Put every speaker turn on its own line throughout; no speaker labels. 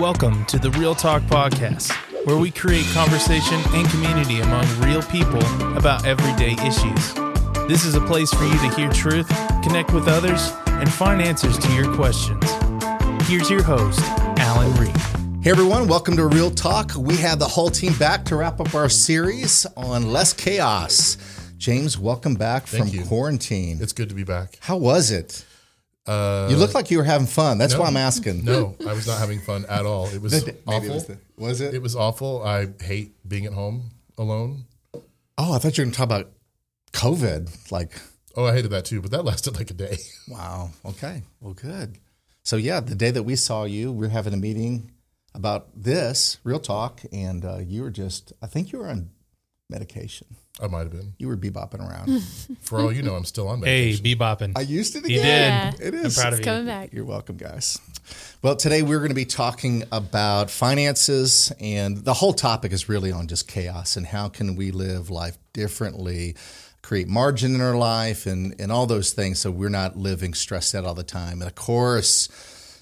Welcome to the Real Talk Podcast, where we create conversation and community among real people about everyday issues. This is a place for you to hear truth, connect with others, and find answers to your questions. Here's your host, Alan Reed.
Hey everyone, welcome to Real Talk. We have the whole team back to wrap up our series on less chaos. James, welcome back
Thank
from
you.
quarantine.
It's good to be back.
How was it?
Uh,
You look like you were having fun. That's why
no.
I'm asking.
no, I was not having fun at all. It was
Maybe
awful.
It was, the- was it?
it was awful. I hate being at home alone.
Oh, I thought you were going to talk about COVID. Like,
Oh, I hated that too, but that lasted like a day.
wow. Okay. Well, good. So, yeah, the day that we saw you, we were having a meeting about this, Real Talk, and uh, you were just, I think you were on medication.
I might have been.
You were bebopping around.
For all you know, I'm still on
Hey,
medication.
bebopping.
I used it
You
again.
did.
It
I'm
is.
proud of
It's
you.
coming back.
You're welcome, guys. Well, today we're going to be talking about finances, and the whole topic is really on just chaos and how can we live life differently, create margin in our life, and and all those things, so we're not living stressed out all the time. And of course,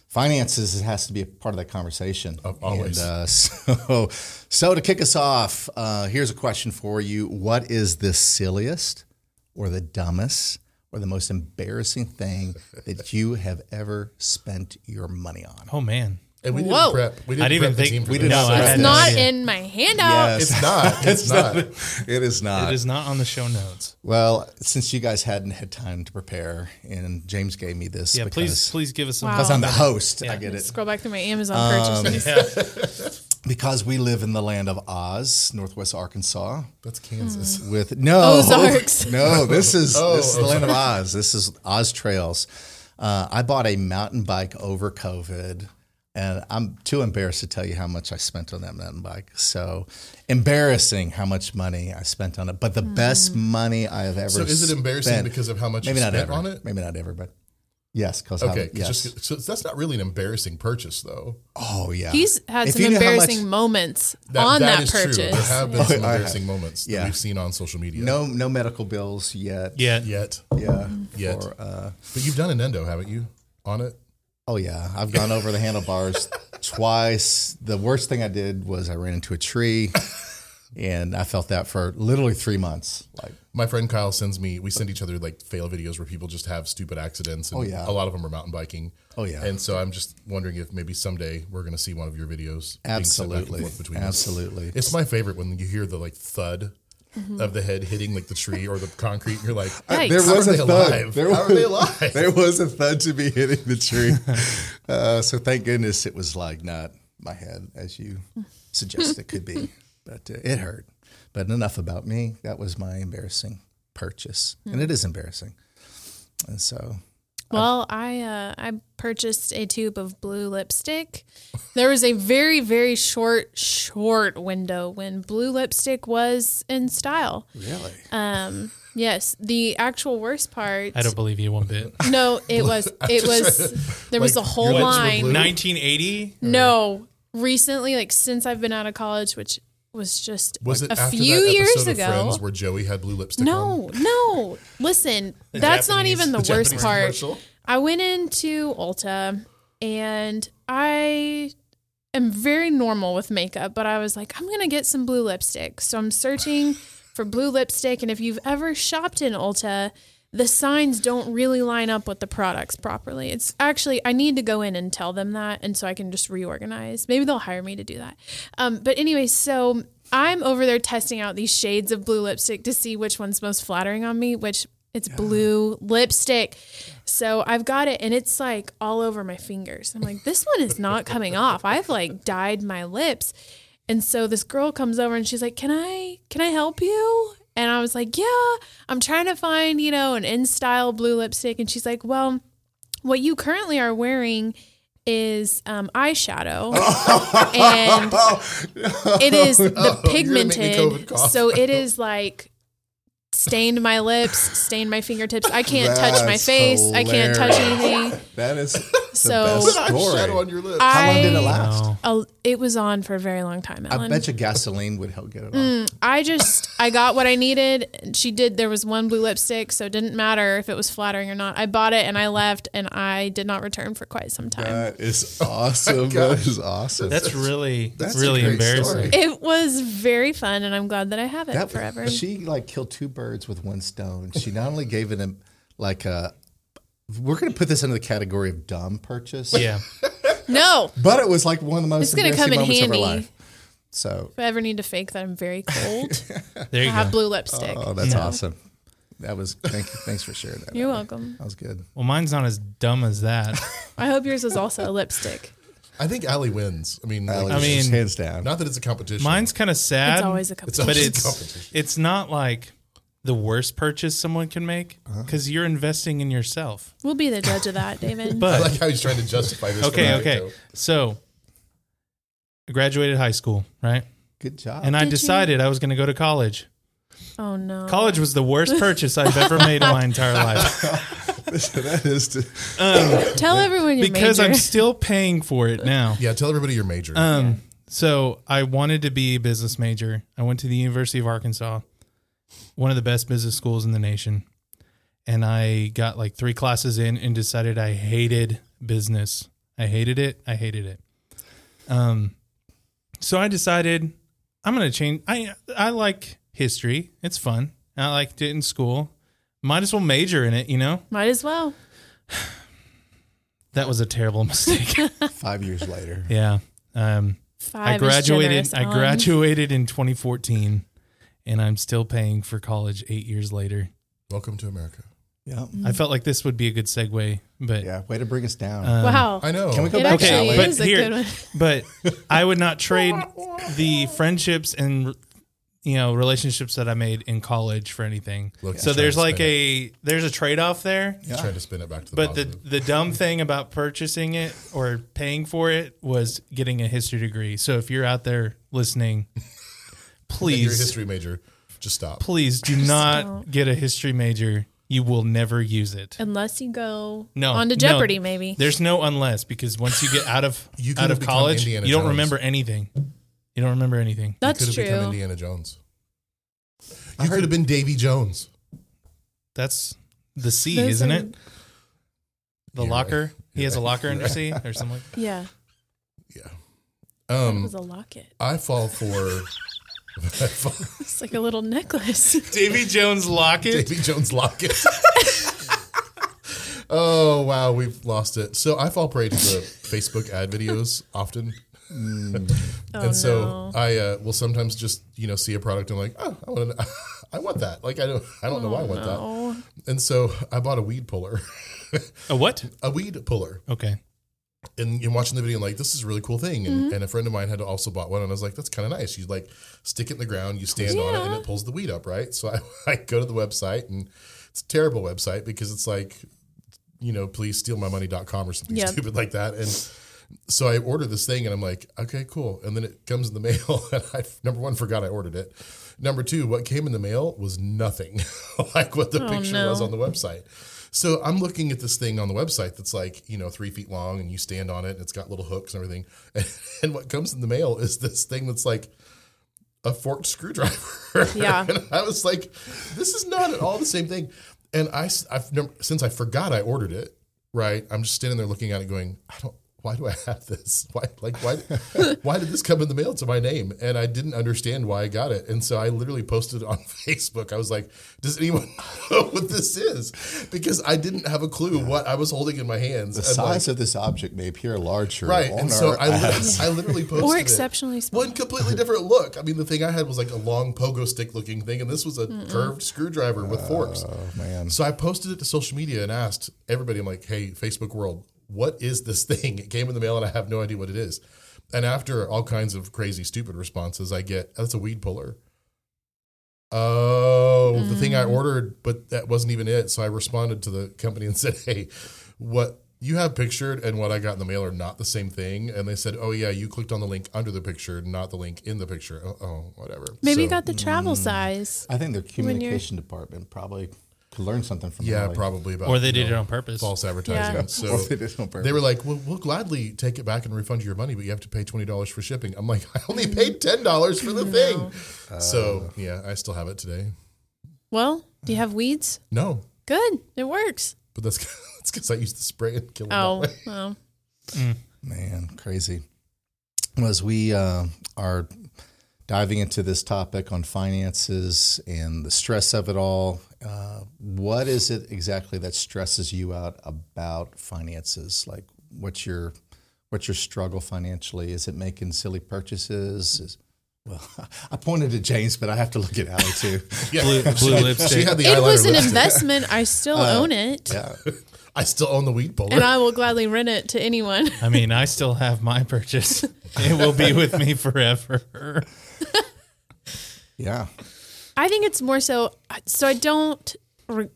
finances has to be a part of that conversation.
always.
And, uh, so, so to kick us off, uh, here's a question for you: What is the silliest? or the dumbest or the most embarrassing thing that you have ever spent your money on?
Oh, man.
and we
Whoa.
didn't prep. We didn't,
I didn't even
prep the
think
team for
we
this.
did
no, I
It's
had
It's
no
not
idea.
in my handout.
It's not. It's not.
It is not.
Oh, It is not on the show notes.
well, since you guys hadn't had time to prepare, and James gave me this
Yeah, please, Oh,
because
please give us some.
Wow.
because I'm the host, I get it.
Scroll back through my Amazon purchases.
Um,
Because we live in the land of Oz, Northwest Arkansas,
That's Kansas.
with no
Ozarks.
No, this is
Oh,
this is the land of Oz. This is Oz Trails. Uh, I bought a mountain bike over COVID, and I'm too embarrassed to tell you how much I spent on that mountain bike. So embarrassing how much money I spent on it, but the best
Hmm.
money I have ever.
So is it embarrassing
spent-
because of how much
maybe
you
not
spent
ever
on it?
Maybe not ever, but yes, because
Okay, 'cause
yes.
just, so that's not really an embarrassing purchase though.
oh yeah,
He's had
If
some
you knew how much-
embarrassing moments on that,
is
purchase.
There have been some
I have.
embarrassing moments
Oh, Yeah.
that we've seen on social media.
no no medical bills yet.
Yeah.
yet,
yeah,
Yet.
Or, uh,
but you've done an endo, haven't you? On it.
Oh yeah, I've gone over the handlebars twice. The worst thing I did was I ran into a tree, and I felt that for literally three months. Like,
my friend Kyle sends me. We send each other like fail videos where people just have stupid accidents. And
Oh, yeah.
a lot of them are mountain biking.
Oh, yeah.
and so I'm just wondering if maybe someday we're going to see one of your videos. being sent back and
Absolutely.
forth between us.
Absolutely.
It's my favorite when you hear the like thud
Mm-hmm.
of the head hitting like the tree or the concrete. And you're like,
Yikes.
There
how
was a
are they
thud.
alive?
There
how
was-
are they alive?
there was a thud to be hitting the tree, uh, so thank goodness it was like not my head as you suggested it could be, but uh, it hurt. But enough about me. That was my embarrassing purchase, and it is embarrassing. And so,
Well, I uh, I purchased a tube of blue lipstick. There was a very very short short window when blue lipstick was in style.
really,
Um, yes, the actual worst part.
I don't believe you one bit.
no, it was it was there was a
Like,
whole
your lips were
line.
blue?
1980?
No, recently, like since I've been out of college, which was just
was it
a
after
few
that episode
years
of
ago.
Friends where Joey had blue lipstick? on?
No, no. Listen, that's not
Japanese-
even the,
the
worst
Japanese
part.
commercial?
I went into Ulta and I am very normal with makeup, but I was like, I'm going to get some blue lipstick. So I'm searching for blue lipstick. And if you've ever shopped in Ulta, the signs don't really line up with the products properly. It's actually, I need to go in and tell them that. And so I can just reorganize. Maybe they'll hire me to do that. Um, but anyway, so I'm over there testing out these shades of blue lipstick to see which one's most flattering on me, which it's blue lipstick. So I've got it and it's like all over my fingers. I'm like, this one is not coming off. I've like dyed my lips. And so this girl comes over and she's like, "Can I can I help you?" And I was like, "Yeah, I'm trying to find, you know, an in-style blue lipstick." And she's like, "Well, what you currently are wearing is um, eyeshadow,
Oh.
and it is the
COVID
pigmented.
cough.
So it is like stained my lips, stained my fingertips. I can't touch my
That's
face. I can't touch
hilarious.
anything.
that is
So
best. Story.
Shadow on your lips.
How long did it
I-
last?
a, it was on for a very long time,
I
Alan.
bet you gasoline would help get it off.
I just I got what I needed. and She did. There was one blue lipstick, so it didn't matter if it was flattering or not. I bought it and I left, and I did not return for quite some time.
That is awesome. that is awesome.
That's really
Oh That's
that's
a
really
great
embarrassing.
story.
It was very fun, and I'm glad that I have it
that
forever.
She like killed two birds with one stone. She not only gave it a like a. We're going to put this under the category of dumb purchase.
Yeah.
no,
But it was like one of the most
It's gonna
embarrassing
come in
moments of her
handy.
life. So,
if I ever need to fake that I'm very cold,
There
I
you
have
go.
blue lipstick.
oh, that's awesome. That was thank you, thanks for sharing that.
You're welcome.
That was good.
Well, mine's not as dumb as that.
I hope yours was also a lipstick.
I think Allie wins. I mean,
Alex,
like,
I mean-
just hands down.
not that it's a competition.
Mine's kind of sad.
It's always a couple.
always
but
a
it's
competition.
it's not like the worst purchase someone can make because you're investing in yourself.
we'll be the judge of that, David.
I
But
like how he's trying to justify this. from
okay,
the
okay.
get-go.
So I graduated high school, right?
Good job.
And I
Oh, Did you?
decided I was going to go to college.
oh no,
College was the worst purchase I've ever made in my entire life
that is t-
Tell everyone your
because
major.
I'm still paying for it now.
Yeah, tell everybody your major.
Um, So I wanted to be a business major. I went to the University of Arkansas, one of the best business schools in the nation. And I got like three classes in and decided I hated business. I hated it. I hated it. Um, so I decided I'm going to change. I, I like history. It's fun. I liked it in school. Might as well major in it, you know?
Might as well.
That was a terrible mistake.
five years later.
yeah. Um,
Five.
I
is
graduated.
generous, Um,
I
Alan.
graduated in 2014, and I'm still paying for college eight years later.
Welcome to America.
Yeah.
I felt like this would be a good segue, but
Yeah. Way to bring us down.
Wow.
I know.
Can we go
It
back
actually
to
Okay,
Alex?
but
is a
here-
good one.
but I would not trade the friendships and you know relationships that I made in college for anything.
Look,
so
he's
there's
trying to
like
spin
a there's a trade off there.
He's trying to spin it back to the
But the,
positive.
the dumb thing about purchasing it or paying for it was getting a history degree. So if you're out there listening,
If you're a
please
history major. Just stop.
please do not
don't.
get a history major. You will never use it.
Unless you go
No,
on to
no.
Jeopardy, maybe.
There's no unless because once you get out of
You could
out
have
of
become
college,
Indiana
you don't
Jones.
remember anything. You don't remember anything.
you
That's
could have become
true.
Indiana Jones. You could have been Davy Jones.
That's the C,
Those
isn't
are-
it? The
You're
locker.
right.
He
You're
has a
right.
locker under C or something. Like
Yeah. It
Um,
was a locket.
I fall for
It's like a little necklace.
Davy Jones locket.
Davy Jones locket. oh wow, we've lost it. So I fall prey to the Facebook ad videos often,
Oh,
and so
no.
I uh, will sometimes just you know see a product and I'm like, oh, I want, to, I want that. Like I don't, I don't know why I want
Oh,
that. And so I bought a weed puller,
A what?
a weed puller,
Okay.
and you're watching the video and like this is a really cool thing and, and a friend of mine had also bought one and i was like that's kind of nice you like stick it in the ground you stand on it and
Yeah.
it pulls the weed up right so I, I go to the website and it's a terrible website because it's like you know please steal my money.com or something
Yeah.
stupid like that and so i order this thing and i'm like okay cool and then it comes in the mail and i number one forgot i ordered it number two what came in the mail was nothing like what the picture was
Oh, no.
on the website so I'm looking at this thing on the website that's like, you know, three feet long and you stand on it and it's got little hooks and everything. And, what comes in the mail is this thing that's like a forked screwdriver.
Yeah.
and I was like, this is not at all the same thing. And I, have never, since I forgot I ordered it, right? I'm just standing there looking at it going, I don't, why do I have this? Why, like, why, why did this come in the mail to my name? And I didn't understand why I got it. And so I literally posted it on Facebook. I was like, does anyone know what this is? Because I didn't have a clue what I was holding in my hands.
The
And, like,
size of this object may appear larger.
Right,
on
and so
our
I, li- I literally posted
Or
it.
exceptionally small.
One completely different look. I mean, the thing I had was like a long pogo stick looking thing, and this was a curved screwdriver with forks.
Oh man.
So I posted it to social media and asked everybody, I'm like, hey, Facebook world, what is this thing? It came in the mail and I have no idea what it is. And after all kinds of crazy, stupid responses, I get, that's a weed puller. Oh, the thing
Mm.
I ordered, but that wasn't even it. So I responded to the company and said, hey, what you have pictured and what I got in the mail are not the same thing. And they said, oh, yeah, you clicked on the link under the picture, not the link in the picture. Oh, oh whatever.
maybe
So- mm.
you got the travel size.
I think their
you're-
communication department probably Could learn something from
Yeah,
Molly.
probably about
Or they did
you
it
know,
on purpose.
false advertising.
Yeah.
So
They did it on purpose.
they were like, "Well, we'll gladly take it back and refund you your money, but you have to pay twenty dollars for shipping." I'm like, "I only paid ten dollars for the thing."
Uh.
so yeah, I still have it today.
Well, do you have weeds?
No,
Good. It works.
but that's that's because I used the spray and kill them.
Oh,
Oh.
well.
Man, crazy. As we uh, are diving into this topic on finances and the stress of it all, uh, what is it exactly that stresses you out about finances? Like, what's your what's your struggle financially? Is it making silly purchases? Is, well, I pointed to James, but I have to look at Allie too.
Yeah,
Blue, blue
she
lipstick.
had the
It was
eyeliner.
an
lip-
investment. I still
Uh,
own it,
yeah,
I still own the weed bowler.
and I will gladly rent it to anyone.
I mean, I still have my purchase. It will be with me forever.
yeah.
I think it's more so. So I don't, re-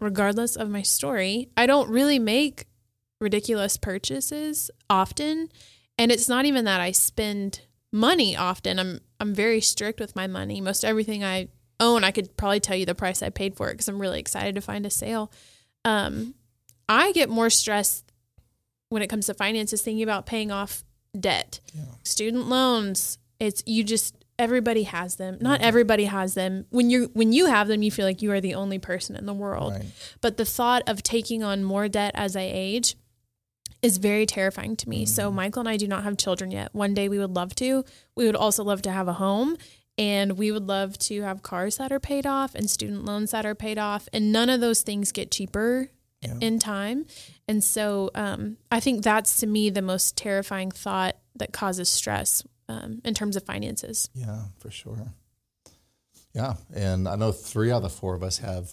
regardless of my story, I don't really make ridiculous purchases often, and it's not even that I spend money often. I'm I'm very strict with my money. Most everything I own, I could probably tell you the price I paid for it because I'm really excited to find a sale. Um, I get more stressed when it comes to finances thinking about paying off debt student loans it's you just everybody has them not everybody has them when you when you have them you feel like you are the only person in the world
Right.
but the thought of taking on more debt as i age is very terrifying to me so michael and i do not have children yet one day we would love to we would also love to have a home and we would love to have cars that are paid off and student loans that are paid off and none of those things get cheaper in time. And so um, I think that's to me the most terrifying thought that causes stress um, in terms of finances.
Yeah, for sure. Yeah, and I know three out of the four of us have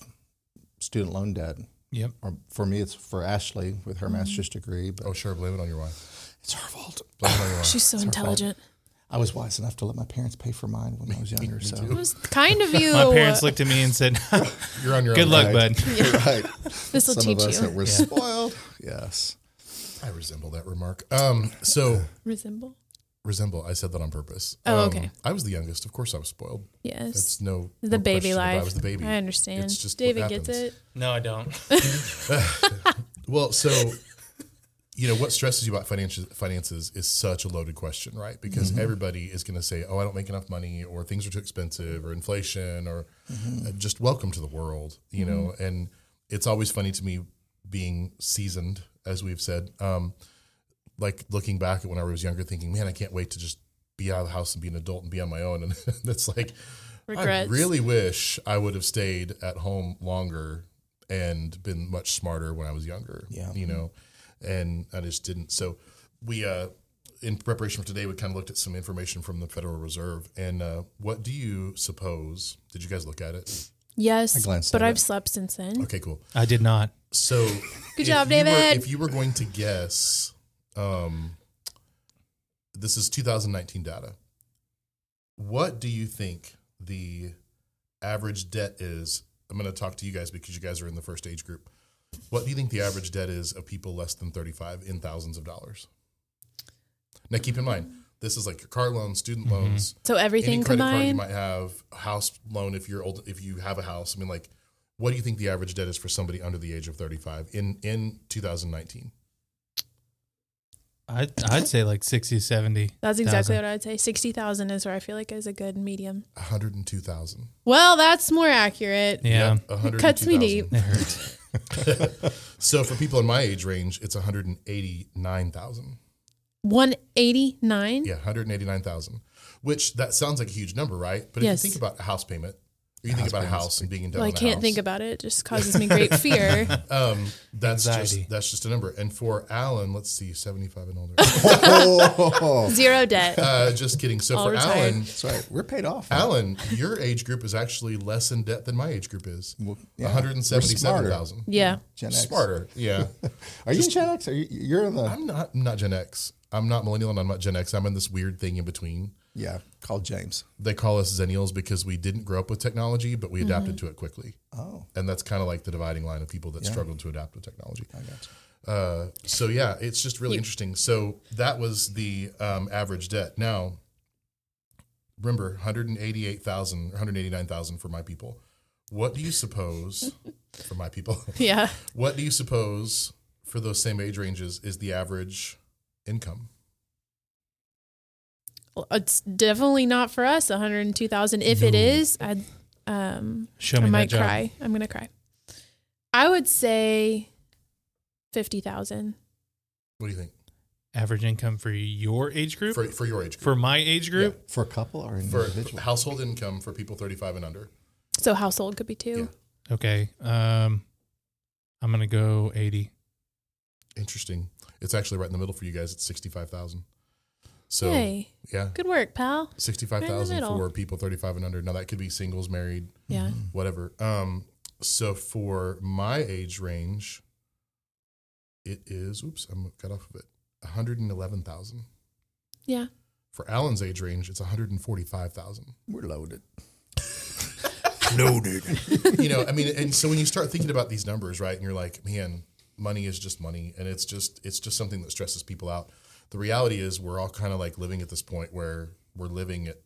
student loan debt.
Yep.
Or for me, it's for Ashley with her master's
Mm-hmm.
degree, but
oh sure, blame it on your wife.
it's her fault.
Blame it on your wife.
She's so intelligent.
I was wise enough to let my parents pay for mine when I was younger.
It
So
was kind of you.
My parents looked at me and said,
You're on your
Good
own.
luck,
Right.
bud.
You're right,
This will
some
teach
of us that
you.
were spoiled. Yes,
I resemble that remark. Um, so
Resemble.
resemble. I said that on purpose.
Oh,
Um,
okay.
I was the youngest. Of course, I was spoiled.
Yes.
That's no no
the baby
question about it.
life.
I was the baby.
I understand.
It's just what
David gets
happens.
it.
No, I don't.
Well, so you know what stresses you about finances finances is such a loaded question, right? Because everybody is going to say, "Oh, I don't make enough money," or "Things are too expensive," or "Inflation," or uh, just "Welcome to the world," you know. And it's always funny to me being seasoned, as we've said, um, like looking back at when I was younger, thinking, "Man, I can't wait to just be out of the house and be an adult and be on my own." And that's like,
Regrets.
I really wish I would have stayed at home longer and been much smarter when I was younger.
Yeah.
You know, and I just didn't. So we, uh, in preparation for today, we kind of looked at some information from the Federal Reserve. And uh, what do you suppose? Did you guys look at it?
yes.
glanced
But
at
I've
it.
slept since then.
Okay, cool.
I did not.
So
Good
if
job,
you were-
David.
if you were going to guess, um, this is 2019 data. What do you think the average debt is? I'm going to talk to you guys because you guys are in the first age group. What do you think the average debt is of people less than 35 in thousands of dollars? Now, keep in mind, this is like your car loans, student loans,
So everything
any credit card you
combined.
might have, house loan if you're old, if you have a house. I mean, like, what do you think the average debt is for somebody under the age of 35 in in 2019?
I, I'd say like 60, 70.
That's
thousand.
exactly what I would say. 60,000 is where I feel like is a good medium.
102,000.
Well, that's more accurate.
Yeah.
Yep, 102,000.
Cuts me deep.
It hurts.
So for people in my age range, it's 189,000.
189.
Yeah, 189,000. Which that sounds like a huge number, right? But if
Yes.
you think about a house payment, or you think about a house and being in debt
Well, I
on a
can't
house,
think about it. It just causes me great fear.
um, that's
Anxiety.
just that's just a number. And for Alan, let's see, 75 and older.
Oh.
Zero debt.
uh, just kidding. So
All
for
retired.
Alan,
that's right. We're paid off. now.
Alan, your age group is actually less in debt than my age group is.
Well, yeah.
One hundred and seventy-seven
We're
thousand.
Yeah.
Gen X.
Smarter, yeah.
Are you Gen X? Are you, you're in the
I'm not. I'm not Gen X. I'm not millennial, and I'm not Gen X. I'm in this weird thing in between.
yeah. Called James.
They call us Zennials because we didn't grow up with technology, but we adapted to it quickly.
Mm-hmm. Oh,
And that's kind of like the dividing line of people that struggled to adapt with technology.
I got you.
Uh, so yeah, it's just really interesting. So that was the um, average debt. Now, remember, one hundred and eighty-eight thousand, one hundred eighty-nine thousand for my people. What do you suppose for my people?
Yeah.
What do you suppose for those same age ranges is the average income?
Well, It's definitely not for us. 102,000. If it
No.
is, I'd, um,
Show
I
me that
might
job.
cry. I'm gonna cry. I would say fifty thousand.
What do you think
Average income for your age group?
for
For,
for your age group?
my age group?
for a couple or an
For
individual?
household income for people 35 and under.
So household could be two.
Okay. Um, I'm going to go 80.
Interesting. It's actually right in the middle for you guys. It's 65,000. So,
Hey,
yeah,
good work, pal. Right
65,000
in the
for
middle.
people 35 and under. Now that could be singles, married,
Mm-hmm.
Yeah.
whatever. Um, so for my age range, it is oops, I'm cut off of it. 111,000.
Yeah.
For Alan's age range, it's 145,000.
We're loaded.
you know, I mean, and so when you start thinking about these numbers, right, and you're like, man, money is just money, and it's just it's just something that stresses people out. The reality is, we're all kind of like living at this point where we're living at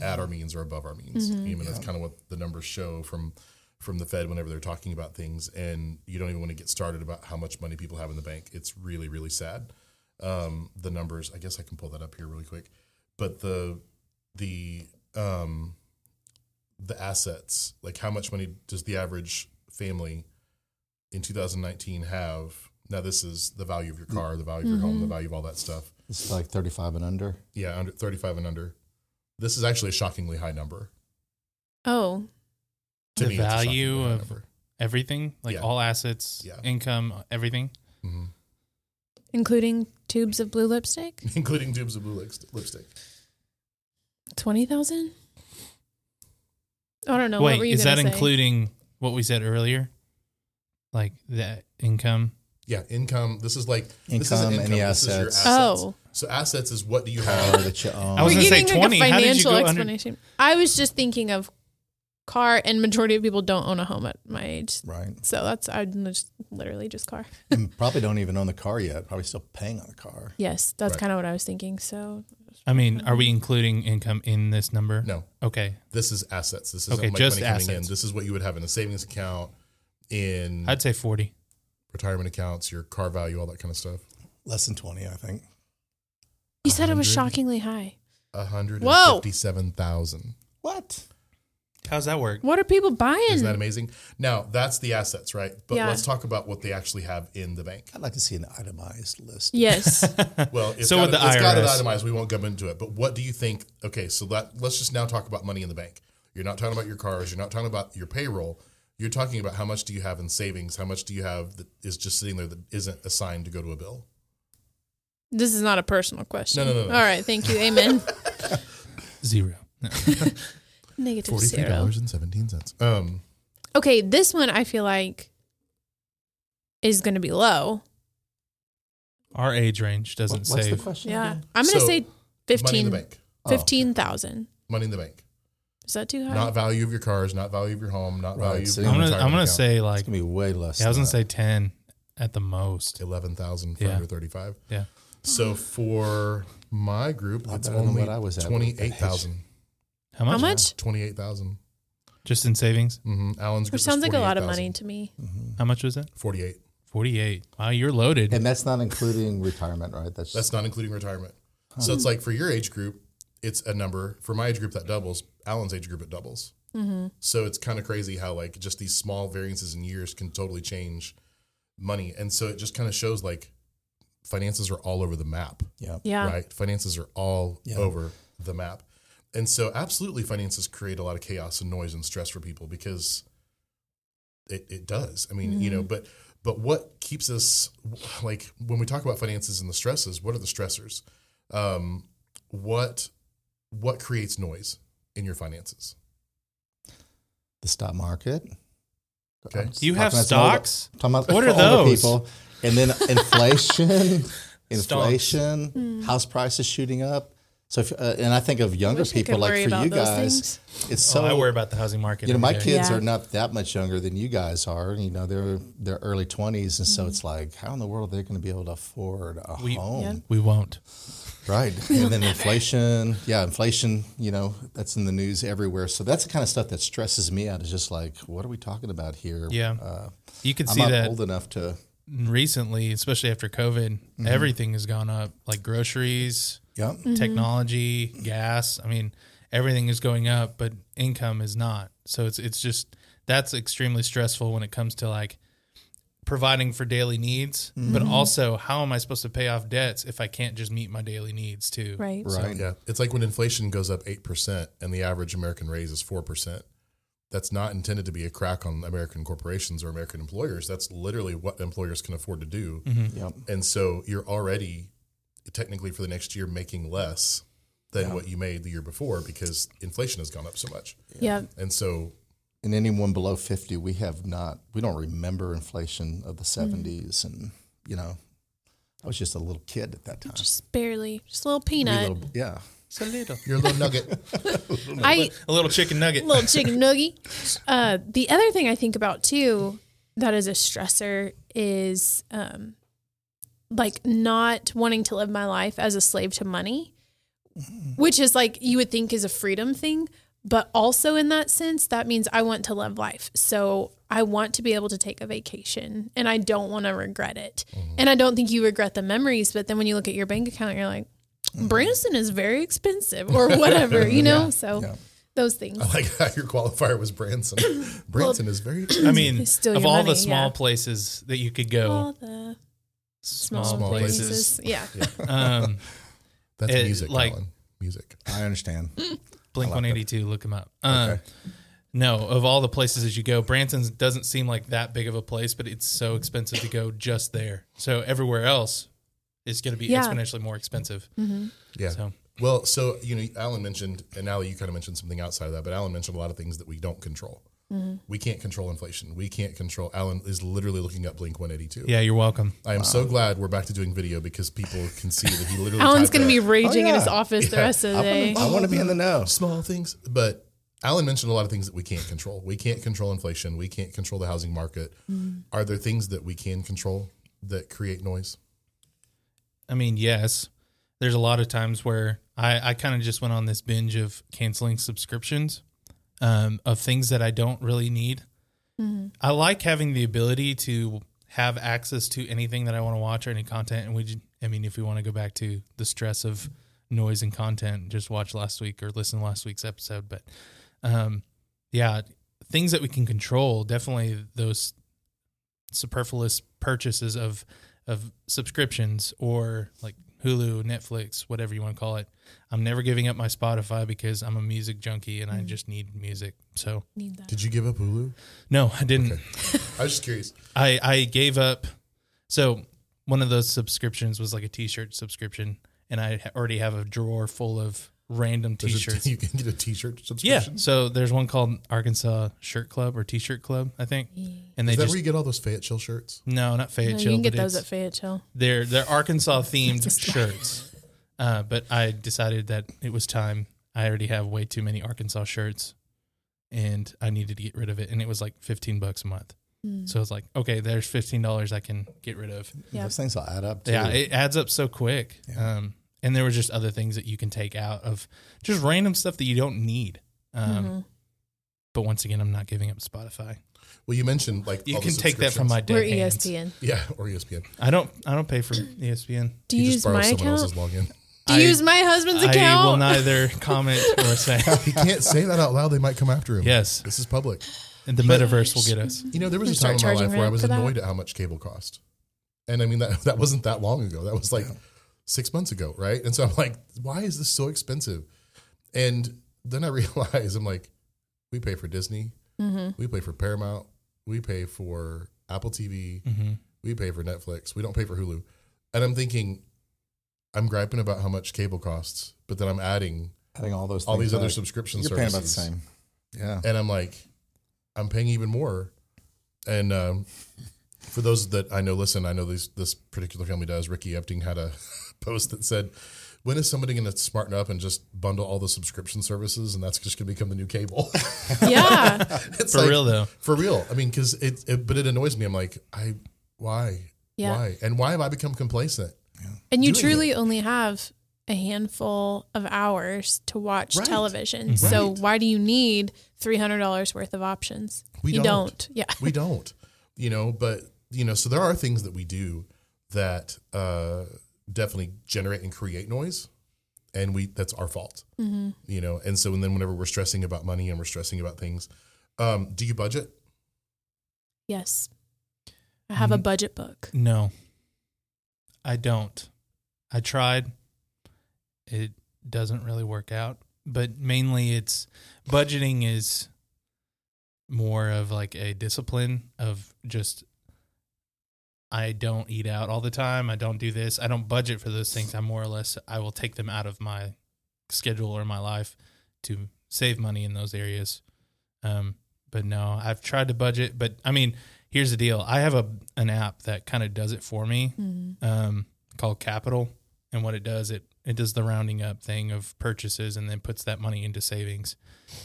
at our means or above our means. I mean, that's kind of what the numbers show from from the Fed whenever they're talking about things, and you don't even want to get started about how much money people have in the bank. It's really really sad. Um, the numbers, I guess I can pull that up here really quick, but the the um, the assets like how much money does the average family in 2019 have now this is the value of your car the value of your home the value of all that stuff
This is like 35 and under.
yeah under 35 and under this is actually a shockingly high number
Oh,
to
The
me it's a shockingly
value
high
of-
number.
Everything? Like
Yeah.
all assets,
Yeah.
income, everything?
Mhm.
including tubes of blue lipstick.
including tubes of blue lips- lipstick
Twenty thousand. I don't know. what were
Wait,
you
is
gonna
that
say?
including what we said earlier? Like that income?
yeah income this is like this
Income,
isn't
any
income this is your
assets.
assets
Oh.
so assets is what do you
Car
have
that you own.
I was
We're
gonna say
getting like
20.
a
How did you
financial
go under-
explanation. I was just thinking of car, and majority of people don't own a home at my age,
right.
so that's I just literally just car.
And probably don't even own the car yet. Probably still paying on the car.
Yes, that's
Right.
kind of what I was thinking. So
I mean, are we including income in this number?
no
Okay.
this is assets this isn't
Okay,
like
just
money coming in
assets.
this is what you would have in a savings account in
I'd say 40.
retirement accounts your car value all that kind of stuff
Less than 20, I think.
you said it was
100.
shockingly high.
157,000.
What?
How's that work?
What are people buying?
Isn't that amazing? Now, that's the assets, right? But
Yeah.
let's talk about what they actually have in the bank.
I'd like to see an itemized list.
yes.
Well, it's
So
got,
with the
it's got it
IRS.
itemized. We won't go into it. But what do you think? Okay, so let, let's just now talk about money in the bank. You're not talking about your cars. You're not talking about your payroll. You're talking about how much do you have in savings? How much do you have that is just sitting there that isn't assigned to go to a bill?
this is not a personal question.
No, no, no, no.
All right. Thank you. Amen.
Zero. No.
Negative
Forty-three
zero.
dollars and seventeen cents. Um,
Okay. This one I feel like is going to be low.
Our age range
What-
doesn't
what's
say.
the question?
Yeah.
again?
I'm going to
So,
say
money in the
15
bank. Oh,
15,000.
Money in the bank.
is that too high?
Not value of your cars. Not value of your home. Not
Right,
value.
so
of
you
your
I'm gonna,
retirement
I'm gonna
account.
say
It's
like
going to be way less.
yeah, I was
than
gonna
that.
say ten at the most.
eleven thousand
Yeah.
for under thirty-five.
Yeah.
So for my group,
Lot
it's
better than
only
what I was at with that
twenty-eight thousand.
How much?
How much?
Twenty-eight thousand.
Just in savings?
Mm-hmm. Alan's group
Which
is
sounds like a lot of
48,000.
money to me.
How much was it?
Forty-eight.
Forty eight. Wow, you're loaded.
And that's not including retirement, right? That's,
That's not including retirement. So it's like for your age group, it's a number. For my age group, that doubles. Alan's age group, it doubles.
Mm-hmm.
So it's kind of crazy how like just these small variances in years can totally change money, and so it just kind of shows like finances are all over the map.
yeah.
Yeah.
right? Finances are all
Yeah.
over the map. And so, absolutely, finances create a lot of chaos and noise and stress for people because it, it does. I mean, you know, but but what keeps us like when we talk about finances and the stresses? What are the stressors? Um, what what creates noise in your finances?
The stock market.
Okay.
I'm
Do you
talking
have
about some older-
stocks?
talking about
What are
older
those?
People.
Hmm.
And then inflation, inflation, house prices shooting up. So, if, uh, and I think of younger
Wish I could
people like
worry
for
about
you
those
guys,
things.
it's
So
so
Oh, I worry about the housing market.
you know,
every
my
day.
kids
Yeah.
are not that much younger than you guys are. You know, they're they're early twenties, and so
Mm-hmm.
it's like, how in the world are they going to be able to afford a home,
We won't.
right? And then inflation, yeah, inflation. You know, that's in the news everywhere. So that's the kind of stuff that stresses me out. Is just like, what are we talking about here?
Yeah.
uh,
You can
I'm
see
not
that
old enough to.
recently, especially after COVID,
Mm-hmm.
everything has gone up like groceries,
Yeah,
Mm-hmm.
technology, gas. I mean, everything is going up, but income is not. So it's it's just that's extremely stressful when it comes to like providing for daily needs, but
Mm-hmm.
also how am I supposed to pay off debts if I can't just meet my daily needs too?
Right.
right.
Yeah. It's like when inflation goes up 8% and the average American raise is 4%. That's not intended to be a crack on American corporations or American employers. That's literally what employers can afford to do.
Yep.
And so you're already technically for the next year making less than what you made the year before because inflation has gone up so much.
Yeah.
And so
and anyone below 50 we have not we don't remember inflation of the
Mm-hmm.
70s and you know i was just a little kid at that time
Just barely. Just a little
Wee
peanut.
little- yeah
It's a little
you're a little nugget.
I
a little chicken nugget.
little chicken noogie. Uh, the other thing I think about too that is a stressor is um, like not wanting to live my life as a slave to money, which is like you would think is a freedom thing. But also in that sense, that means I want to love life. So I want to be able to take a vacation and I don't want to regret it.
Mm-hmm.
And I don't think you regret the memories. But then when you look at your bank account, you're like, Branson is very expensive or whatever, you know? So
Mm-hmm. yeah.
those things.
like how your qualifier was Branson. Branson is very
I mean,
It's still
of
your
all
money,
the small
yeah.
places that you could go,
all the
small,
small,
places.
places. Yeah.
um,
that's
It-
music,
like-
Colin. Music.
i understand
Blink 182, look them up. Um, No, of all the places that you go, Branson's doesn't seem like that big of a place, but it's so expensive to go just there. So everywhere else is going to be
Yeah.
exponentially more expensive.
Yeah.
So-
Well, so you know, Alan mentioned, and Allie, you kind of mentioned something outside of that, but Alan mentioned a lot of things that we don't control.
Mm-hmm.
We can't control inflation. We can't control. Alan is literally looking up Blink One Eighty Two.
Yeah, you're welcome.
I am so glad we're back to doing video because people can see that he literally.
Alan's
typed
going to be
out
raging in his
yeah.
office the
Yeah.
rest of the day.
i want to be in the know
small things, but Alan mentioned a lot of things that we can't control. We can't control inflation. We can't control the housing market.
Mm-hmm.
Are there things that we can control that create noise?
I mean, yes, there's a lot of times where I, I kind of just went on this binge of canceling subscriptions um, of things that I don't really need. I like having the ability to have access to anything that I want to watch or any content. And we, ju- I mean, if we want to go back to the stress of noise and content, just watch last week or listen to last week's episode. But um, yeah, things that we can control, definitely those superfluous purchases of of subscriptions or like Hulu, Netflix, whatever you want to call it. I'm never giving up my Spotify because I'm a music junkie and I just need music. So
Need that.
Did you give up Hulu?
no, I didn't.
I was just curious.
I I gave up. So one of those subscriptions was like a T-shirt subscription, and I ha- already have a drawer full of random
There's a-
T-shirts.
you can get a T-shirt
Yeah.
subscription.
So there's one called Arkansas Shirt Club or T-shirt Club, I think, and they
Is that
just
where you get all those Fayetteville shirts?
no, not
No,
Fayetteville.
you can
but
get those
it's-
at Fayetteville.
they're they're Arkansas themed
That's a slap.
shirts. Uh, but I decided that it was time. I already have way too many Arkansas shirts, and I needed to get rid of it. And it was like fifteen bucks a month. So I was like, okay, there's fifteen dollars I can get rid of.
Yeah.
those things will add up too.
Yeah, it adds up so quick. Um, and there was just other things that you can take out of just random stuff that you don't need.
Mm.
Um,
Mm-hmm.
But once again, I'm not giving up Spotify.
Well, you mentioned like
You
all the
can take that from
subscriptions.
my
We're E
dead hands.
ESPN.
yeah or E ESPN.
I don't. I don't pay for E ESPN.
Do you,
just
use
borrow
my
someone else's
account?
login.
Do you
I-
use my husband's account?
I will neither comment or say.
He can't say that out loud. They might come after him.
Yes.
this is public.
And the metaverse will get us.
You know, there was a time in my
Start charging
life where I
rent
was
for that?
annoyed at how much cable cost, and I mean that that wasn't that long ago. That was like six months ago, right? And so I'm like, why is this so expensive? And then I realize I'm like, we pay for Disney,
Mm-hmm.
we pay for Paramount, we pay for Apple TV,
Mm-hmm.
we pay for Netflix, we don't pay for Hulu, and I'm thinking. I'm griping about how much cable costs, but then I'm adding
adding all those
all
things
these other
up.
subscription
you're
services.
paying about the same yeah
And I'm like, I'm paying even more. And um, for those that I know listen, I know these, this particular family does. Ricky Epting had a post that said, "When is somebody going to smarten up and just bundle all the subscription services, and that's just going to become the new cable?"
Yeah.
it's
For
like-
real though.
for real. I mean, because it, it, but it annoys me. I'm like, I why,
Yeah.
why, and why have I become complacent?
and you
Doing
truly only have a handful of hours to watch
Right.
television. So
Right.
why do you need $300 worth of options?
We
you
don't.
Yeah.
we don't you know but you know so there are things that we do that uh definitely generate and create noise and we that's our fault
Mm-hmm.
you know and so and then whenever we're stressing about money and we're stressing about things um do you budget
Yes. I have a budget book.
No, I don't. I tried. It doesn't really work out, but mainly it's budgeting is more of like a discipline of just I don't eat out all the time. I don't do this. I don't budget for those things. I more or less I will take them out of my schedule or my life to save money in those areas. Um, but no, I've tried to budget, but I mean, here's the deal. I have a an app that kind of does it for me, um, called Capital, and what it does it it does the rounding up thing of purchases and then puts that money into savings.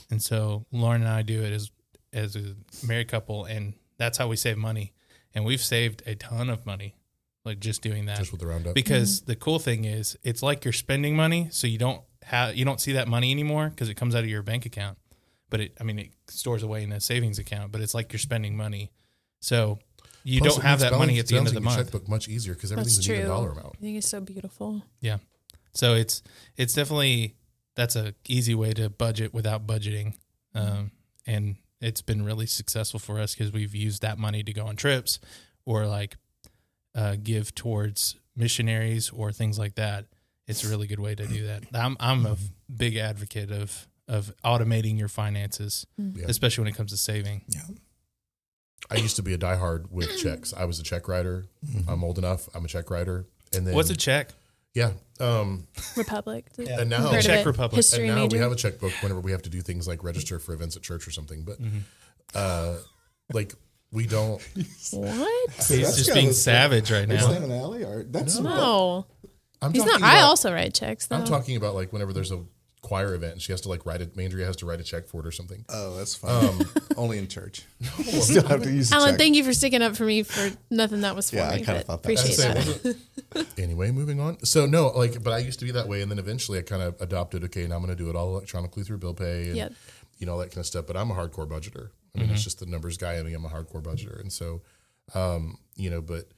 And so Lauren and I do it as as a married couple, and that's how we save money. And we've saved a ton of money, like just doing that
just with the roundup
because the cool thing is it's like you're spending money so you don't have you don't see that money anymore because it comes out of your bank account but it i mean it stores away in a savings account but it's like you're spending money so you
Plus,
don't
it
have
makes
that money
balancing-
at the end of the
balancing your
month
checkbook much easier because
That's
everything's a
true.
even dollar
I
amount
think it's so beautiful.
yeah so it's it's definitely that's a easy way to budget without budgeting um, and it's been really successful for us because we've used that money to go on trips or like uh, give towards missionaries or things like that it's a really good way to do that i'm, I'm a big advocate of of automating your finances
Yeah.
especially when it comes to saving
i used to be a diehard with checks i was a check writer
Mm-hmm.
i'm old enough i'm a check writer and then
what's a check
yeah um
Republic.
and now
Heard of
Czech
it.
Republic.
History
and now
major.
we have a checkbook whenever we have to do things like register for events at church or something but uh like we don't
what?
he's
that's
just
kinda
being
the-
savage right
Is that
now
an alley or that's
No.
i'm
He's not.
talking
I
about-
also write checks, though.
i'm talking about like whenever there's a choir event and she has to like write it andrea has to write a check for it or something
Oh, that's fine.
Um,
Only in church. Still have to use the
Alan,
check.
thank you for sticking up for me for nothing that was for
Yeah, I
me.
kinda
but
thought that.
Appreciate
So it
that.
wasn't- anyway moving on so no like but i used to be that way and then eventually i kind of adopted okay now i'm going to do it all electronically through bill pay and
Yep.
you know all that kind of stuff but i'm a hardcore budgeter i mean it's just the numbers guy i mean i'm a hardcore budgeter and so um you know but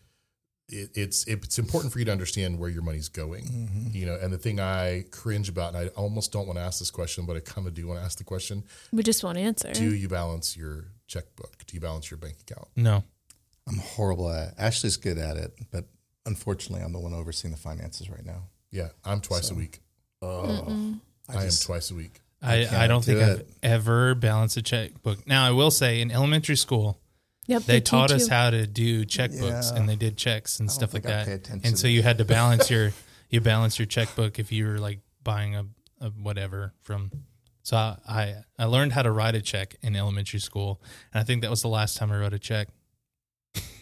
it, it's it's important for you to understand where your money's going you know and the thing i cringe about and i almost don't want to ask this question but i kind of do want to ask the question
We just want answer.
do you balance your checkbook do you balance your bank account
no
I'm horrible at it. Ashley's good at it, but unfortunately, I'm the one overseeing the finances right now.
yeah i'm twice a week i,
just-
am twice a week
I, I
can't
don't
do
think
it.
I've ever balanced a checkbook. Now I will say in elementary school
Yep,
they
do
taught us
too.
how to do checkbooks
Yeah.
and they did checks and stuff like
think I
that.
pay attention
And so
to
you had to balance your you balance your checkbook if you were like buying a, a whatever from so I, I I learned how to write a check in elementary school and I think that was the last time I wrote a check.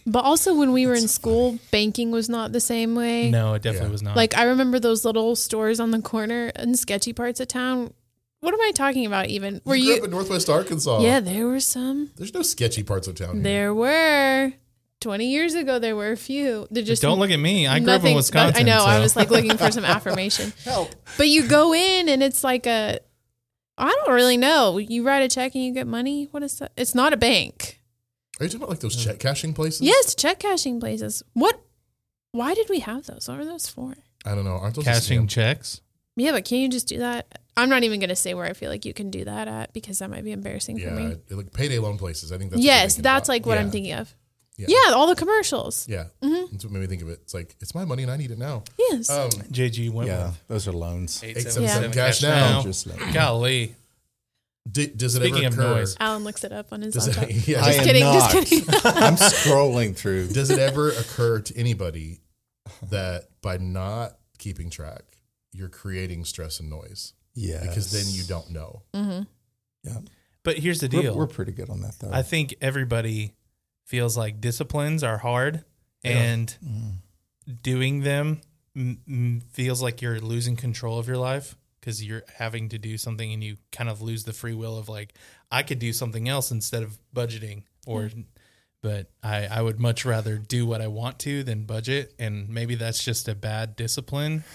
But also, when we were in school, banking was not the same way.
No, it definitely
Yeah.
was not.
Like I remember those little stores on the corner in sketchy parts of town. What am I talking about? Even were
grew up
you?
in northwest arkansas
Yeah, there were some.
There's no sketchy parts of town. here.
There were. Twenty years ago, there were a few. They just
don't look at me. I grew up in
nothing-
Wisconsin.
I know. I
so-
was like looking for some affirmation.
Help.
But you go in and it's like a. I don't really know. You write a check and you get money. What is that? It's not a bank.
Are you talking about like those check cashing places?
Yes, check cashing places. What? Why did we have those? What were those for?
I don't know. Aren't those a
cashing
scam?
checks.
Yeah, but can you just do that? I'm not even going to say where I feel like you can do that at because that might be embarrassing
Yeah,
for me.
it- like payday loan places. I think that's. what you're
yes,
thinking
that's
about.
like what
Yeah.
I'm thinking of.
Yeah.
Yeah. all the commercials. Mm-hmm.
Yeah, that's what made me think of it. It's like it's my money and I need it now.
Yes.
Um,
JG went
Yeah, those are loans.
with
Eight
seven
seven
seven
seven cash now.
Just like-
Golly.
d- does it
Speaking
ever
of
occur?
noise.
Alan looks it up on his
Does
laptop.
it, yeah,
I
does-
am
kidding,
not.
just kidding.
I'm scrolling through.
does it ever occur to anybody
Uh-huh.
that by not keeping track, you're creating stress and noise
Yeah,
because then you don't know.
Yeah,
Mm-hmm.
But here's the
We're-
deal.
We're, pretty good on that though.
I think everybody feels like disciplines are hard and
Mm.
doing them m- m- feels like you're losing control of your life because you're having to do something and you kind of lose the free will of like I could do something else instead of budgeting or but I I would much rather do what I want to than budget and maybe that's just a bad discipline.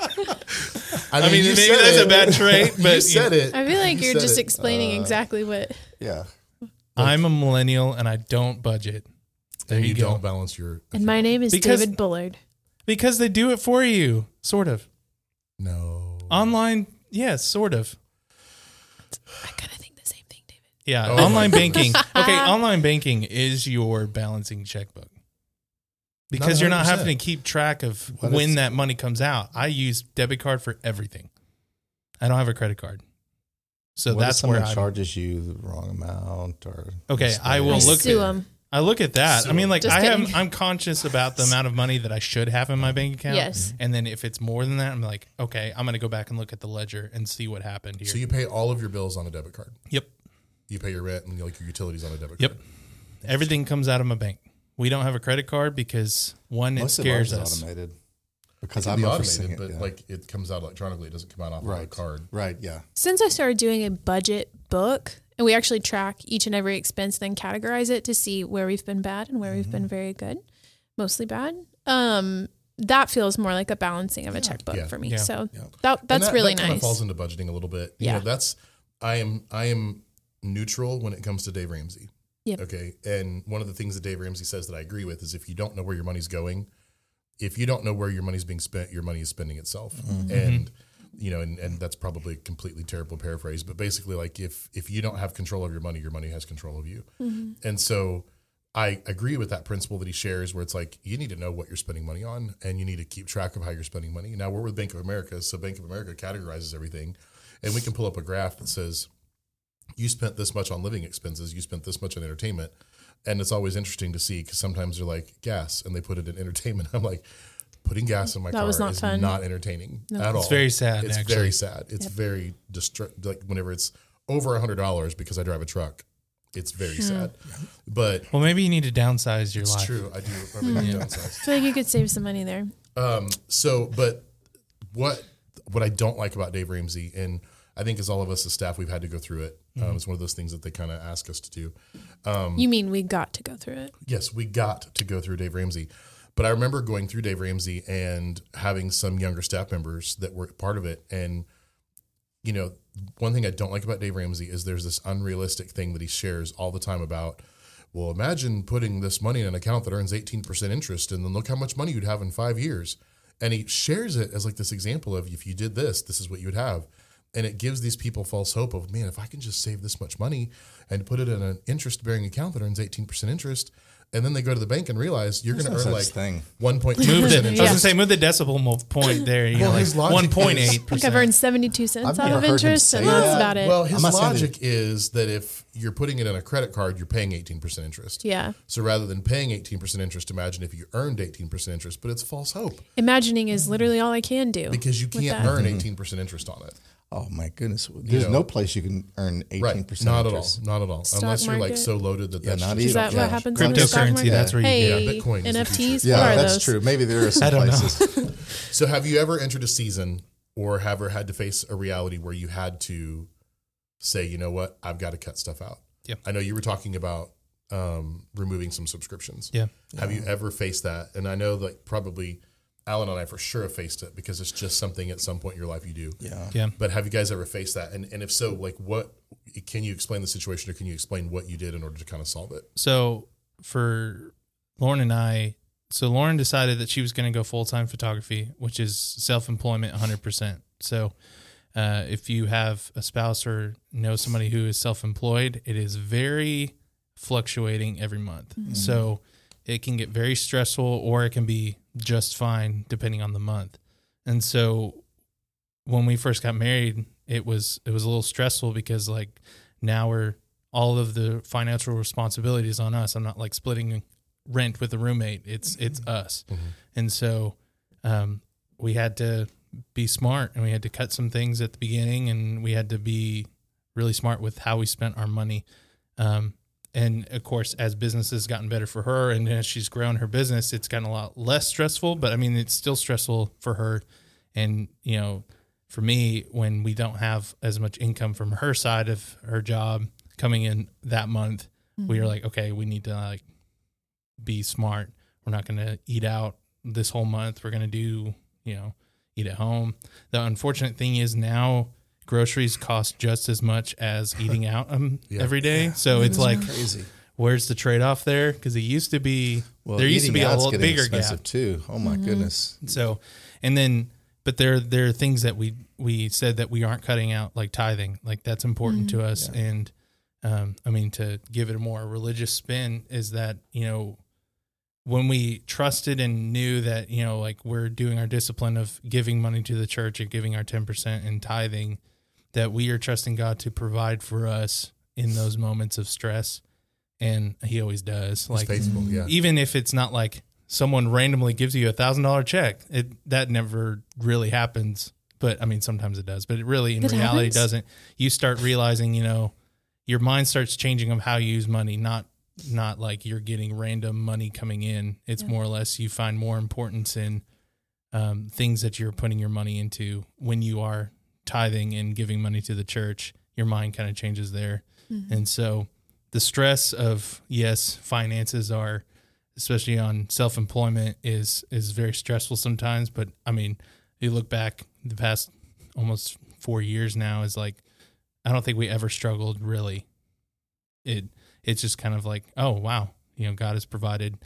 I mean,
you
maybe
said
that's
it.
a bad trait, but
you said it.
I feel like
You
you're
said
just
it.
explaining exactly what.
Yeah.
I'm a millennial and I don't budget. There
and you,
you go.
don't balance your
And my name is
Because-
David Bullard.
Because they do it for you, sort of.
no.
Online, yeah, sort of.
I kind of think the same thing, David.
Yeah,
Oh my
online banking. Okay, online banking is your balancing checkbook. Because you're not
100%.
having to keep track of
What
when
if-
that money comes out. I use debit card for everything. I don't have a credit card. So
what if
that's
someone
where I
charges you the wrong amount or
Okay, I will
I
Well, look
sue
at-
him.
I look at that. I mean like
Just
I am
kidding.
I'm conscious about the amount of money that I should have in my bank account.
Yes.
And then if it's more than that, I'm like, okay, I'm gonna go back and look at the ledger and see what happened here.
So you pay all of your bills on a debit card.
yep.
You pay your rent and like your utilities on a debit
Yep.
card.
Everything comes out of my bank. We don't have a credit card because one, it
Most of
scares
ours is
us.
automated because
It'd
I'm
be
overseeing
automated,
it.
but
yeah.
like it comes out electronically. It doesn't come out off of a
right
card.
Right. Yeah.
Since I started doing a budget book, and we actually track each and every expense, then categorize it to see where we've been bad and where we've been very good, mostly bad. Um, that feels more like a balancing of a checkbook
Yeah.
for me.
Yeah.
So
Yeah.
that
And
that's
that-
really
that Kind
nice.
of falls into budgeting a little bit. You
Yeah.
know, that's I am I am neutral when it comes to Dave Ramsey.
Yep.
Okay. And one of the things that Dave Ramsey says that I agree with is if you don't know where your money's going, if you don't know where your money's being spent, your money is spending itself.
Mm-hmm.
And you know, and, and that's probably a completely terrible paraphrase, but basically like if if you don't have control of your money, your money has control of you.
Mm-hmm.
And so I agree with that principle that he shares where it's like you need to know what you're spending money on and you need to keep track of how you're spending money. Now we're with Bank of America, so Bank of America categorizes everything and we can pull up a graph that says you spent this much on living expenses, you spent this much on entertainment. And it's always interesting to see because sometimes they're like gas and they put it in entertainment. I'm like, putting gas in my
That
car
was not
is
fun.
not entertaining at all.
It's very sad,
It's
actually.
very sad. It's very distru- like whenever it's over a hundred dollars because I drive a truck. It's very sad. But
Well, maybe you need to downsize your
it's
life.
true. I do. I mean, downsize.
I feel like you could save some money there.
Um, so, but what what I don't like about Dave Ramsey, and I think as all of us as staff, we've had to go through it.
Mm-hmm.
Um, it's one of those things that they kind of ask us to do.
you mean we got to go through it?
Yes, we got to go through Dave Ramsey. But I remember going through Dave Ramsey and having some younger staff members that were part of it. And, you know, one thing I don't like about Dave Ramsey is there's this unrealistic thing that he shares all the time about, well, imagine putting this money in an account that earns 18% interest and then look how much money you'd have in five years. And he shares it as like this example of if you did this, this is what you would have. And it gives these people false hope of, man, if I can just save this much money and put it in an interest bearing account that earns 18% interest, and then they go to the bank and realize you're going to
no
earn
such
like
thing.
1.2%
Move the, I was
interest.
gonna say move the decimal mo- point there. You
Well,
know,
his
like
logic
one
is-
point eight
I think I've
percent.
earned seventy two cents
I've
out
never
of
heard him
interest,
say
and that's
that.
about it.
Well,
I'm
his
not saying
logic is that if you're putting it in a credit card, you're paying 18% interest.
yeah,
So rather than paying 18% interest, imagine if you earned 18% interest, but it's false hope
imagining is literally all I can do.
because you can't
that.
earn
Mm-hmm.
18% interest on it.
Oh my goodness. There's
know.
no place you can earn 18%
Right.
interest.
Not at all. Not at all.
Stock
Unless you're like
market.
so loaded that
Yeah,
that's
not
just-
is that
Yeah.
what happens?
Cryptocurrency,
On the stock market?
that's where you
hey,
get- Yeah, Bitcoin is the
NFTs.
future.
what
Yeah,
are
that's
those?
true. Maybe there are some
I don't know.
places.
So have you ever entered a season or have ever had to face a reality where you had to say, you know what, I've got to cut stuff out?
Yeah.
I know you were talking about um, removing some subscriptions.
Yeah,
Have you ever faced that? And I know like probably Alan and I for sure have faced it because it's just something at some point in your life you do.
Yeah.
yeah.
But have you guys ever faced that? And and if so, like what can you explain the situation or can you explain what you did in order to kind of solve it?
So for Lauren and I, so Lauren decided that she was going to go full time photography, which is self employment, hundred percent. So uh, if you have a spouse or know somebody who is self employed, it is very fluctuating every month. So it can get very stressful, or it can be just fine depending on the month. And so when we first got married, it was it was a little stressful because like now we're all of the financial responsibilities on us. I'm not like splitting rent with a roommate. It's it's us. And so um, we had to be smart and we had to cut some things at the beginning and we had to be really smart with how we spent our money. Um, and of course, as business has gotten better for her and as she's grown her business, it's gotten a lot less stressful. But I mean, it's still stressful for her. And, you know, for me, when we don't have as much income from her side of her job coming in that month, we are like, okay, we need to like be smart. We're not going to eat out this whole month. We're going to do, you know, eat at home. The unfortunate thing is now groceries cost just as much as eating out um, every day. So it's
Mm-hmm.
like,
Crazy.
where's the trade off there? Because it used to be,
Well,
there used to
eating
be a
out's
lot
getting
bigger gap. Mm-hmm.
expensive too. Oh my goodness.
So, and then, but there there are things that we we said that we aren't cutting out, like tithing. Like that's important to us. And um, I mean, to give it a more religious spin is that you know when we trusted and knew that you know like we're doing our discipline of giving money to the church and giving our ten percent and tithing, that we are trusting God to provide for us in those moments of stress. And he always does. Like mm,
faithful, yeah.
even if it's not like someone randomly gives you a thousand dollar check, it that never really happens. But I mean, sometimes it does. But it really, in
It
reality,
happens?
doesn't. You start realizing, you know, your mind starts changing of how you use money. Not not like you're getting random money coming in. It's more or less you find more importance in um, things that you're putting your money into when you are tithing and giving money to the church. Your mind kind of changes there, and so the stress of yes, finances are especially on self employment is is very stressful sometimes. But I mean, you look back the past almost four years now is like I don't think we ever struggled really. It it's just kind of like, oh wow, you know, God has provided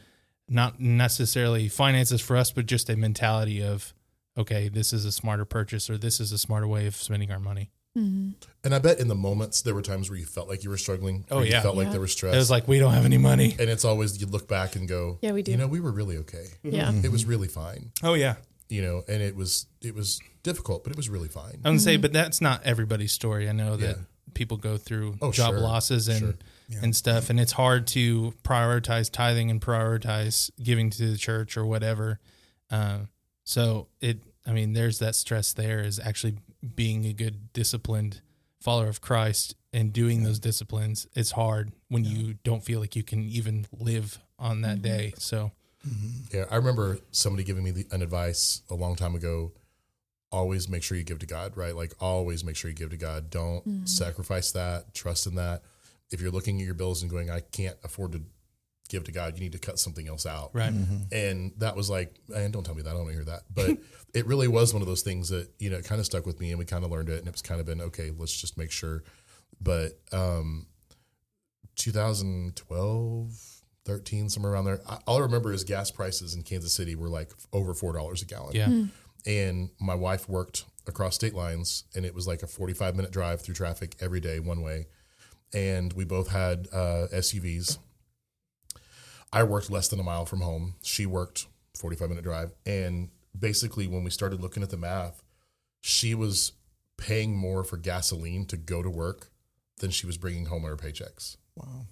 not necessarily finances for us, but just a mentality of, okay, this is a smarter purchase or this is a smarter way of spending our money.
Mm-hmm.
And I bet in the moments there were times where you felt like you were struggling.
Oh,
or you
yeah.
felt like
Yeah.
there was
It
stress.
was like we don't have any money.
and it's always you look back and go,
Yeah, we do.
You know, we were really okay.
Yeah.
It was really fine.
Oh yeah.
You know, and it was it was difficult, but it was really fine.
I would say, but that's not everybody's story. I know that
Mm-hmm. Yeah.
people go through
Oh,
job
sure.
losses and
Sure.
and stuff, and it's hard to prioritize tithing and prioritize giving to the church or whatever. Um, so it, I mean, there's that stress. There is actually being a good disciplined follower of Christ and doing those disciplines. It's hard when you don't feel like you can even live on that
Mm-hmm.
day. So
Yeah, I remember somebody giving me the, an advice a long time ago. Always make sure you give to God, right? Like always make sure you give to God. Don't sacrifice that. Trust in that. If you're looking at your bills and going, I can't afford to give to God, you need to cut something else out.
right,
And that was like, and don't tell me that. I don't want to hear that. But it really was one of those things that, you know, it kind of stuck with me and we kind of learned it. And it's kind of been, okay, let's just make sure. But um, 2012, 13, somewhere around there, I- all I remember is gas prices in Kansas City were like over $4 a gallon.
yeah,
And my wife worked across state lines and it was like a 45 minute drive through traffic every day, one way. And we both had uh, SUVs. I worked less than a mile from home. She worked 45 minute drive. And basically, when we started looking at the math, she was paying more for gasoline to go to work than she was bringing home on her paychecks.
Wow.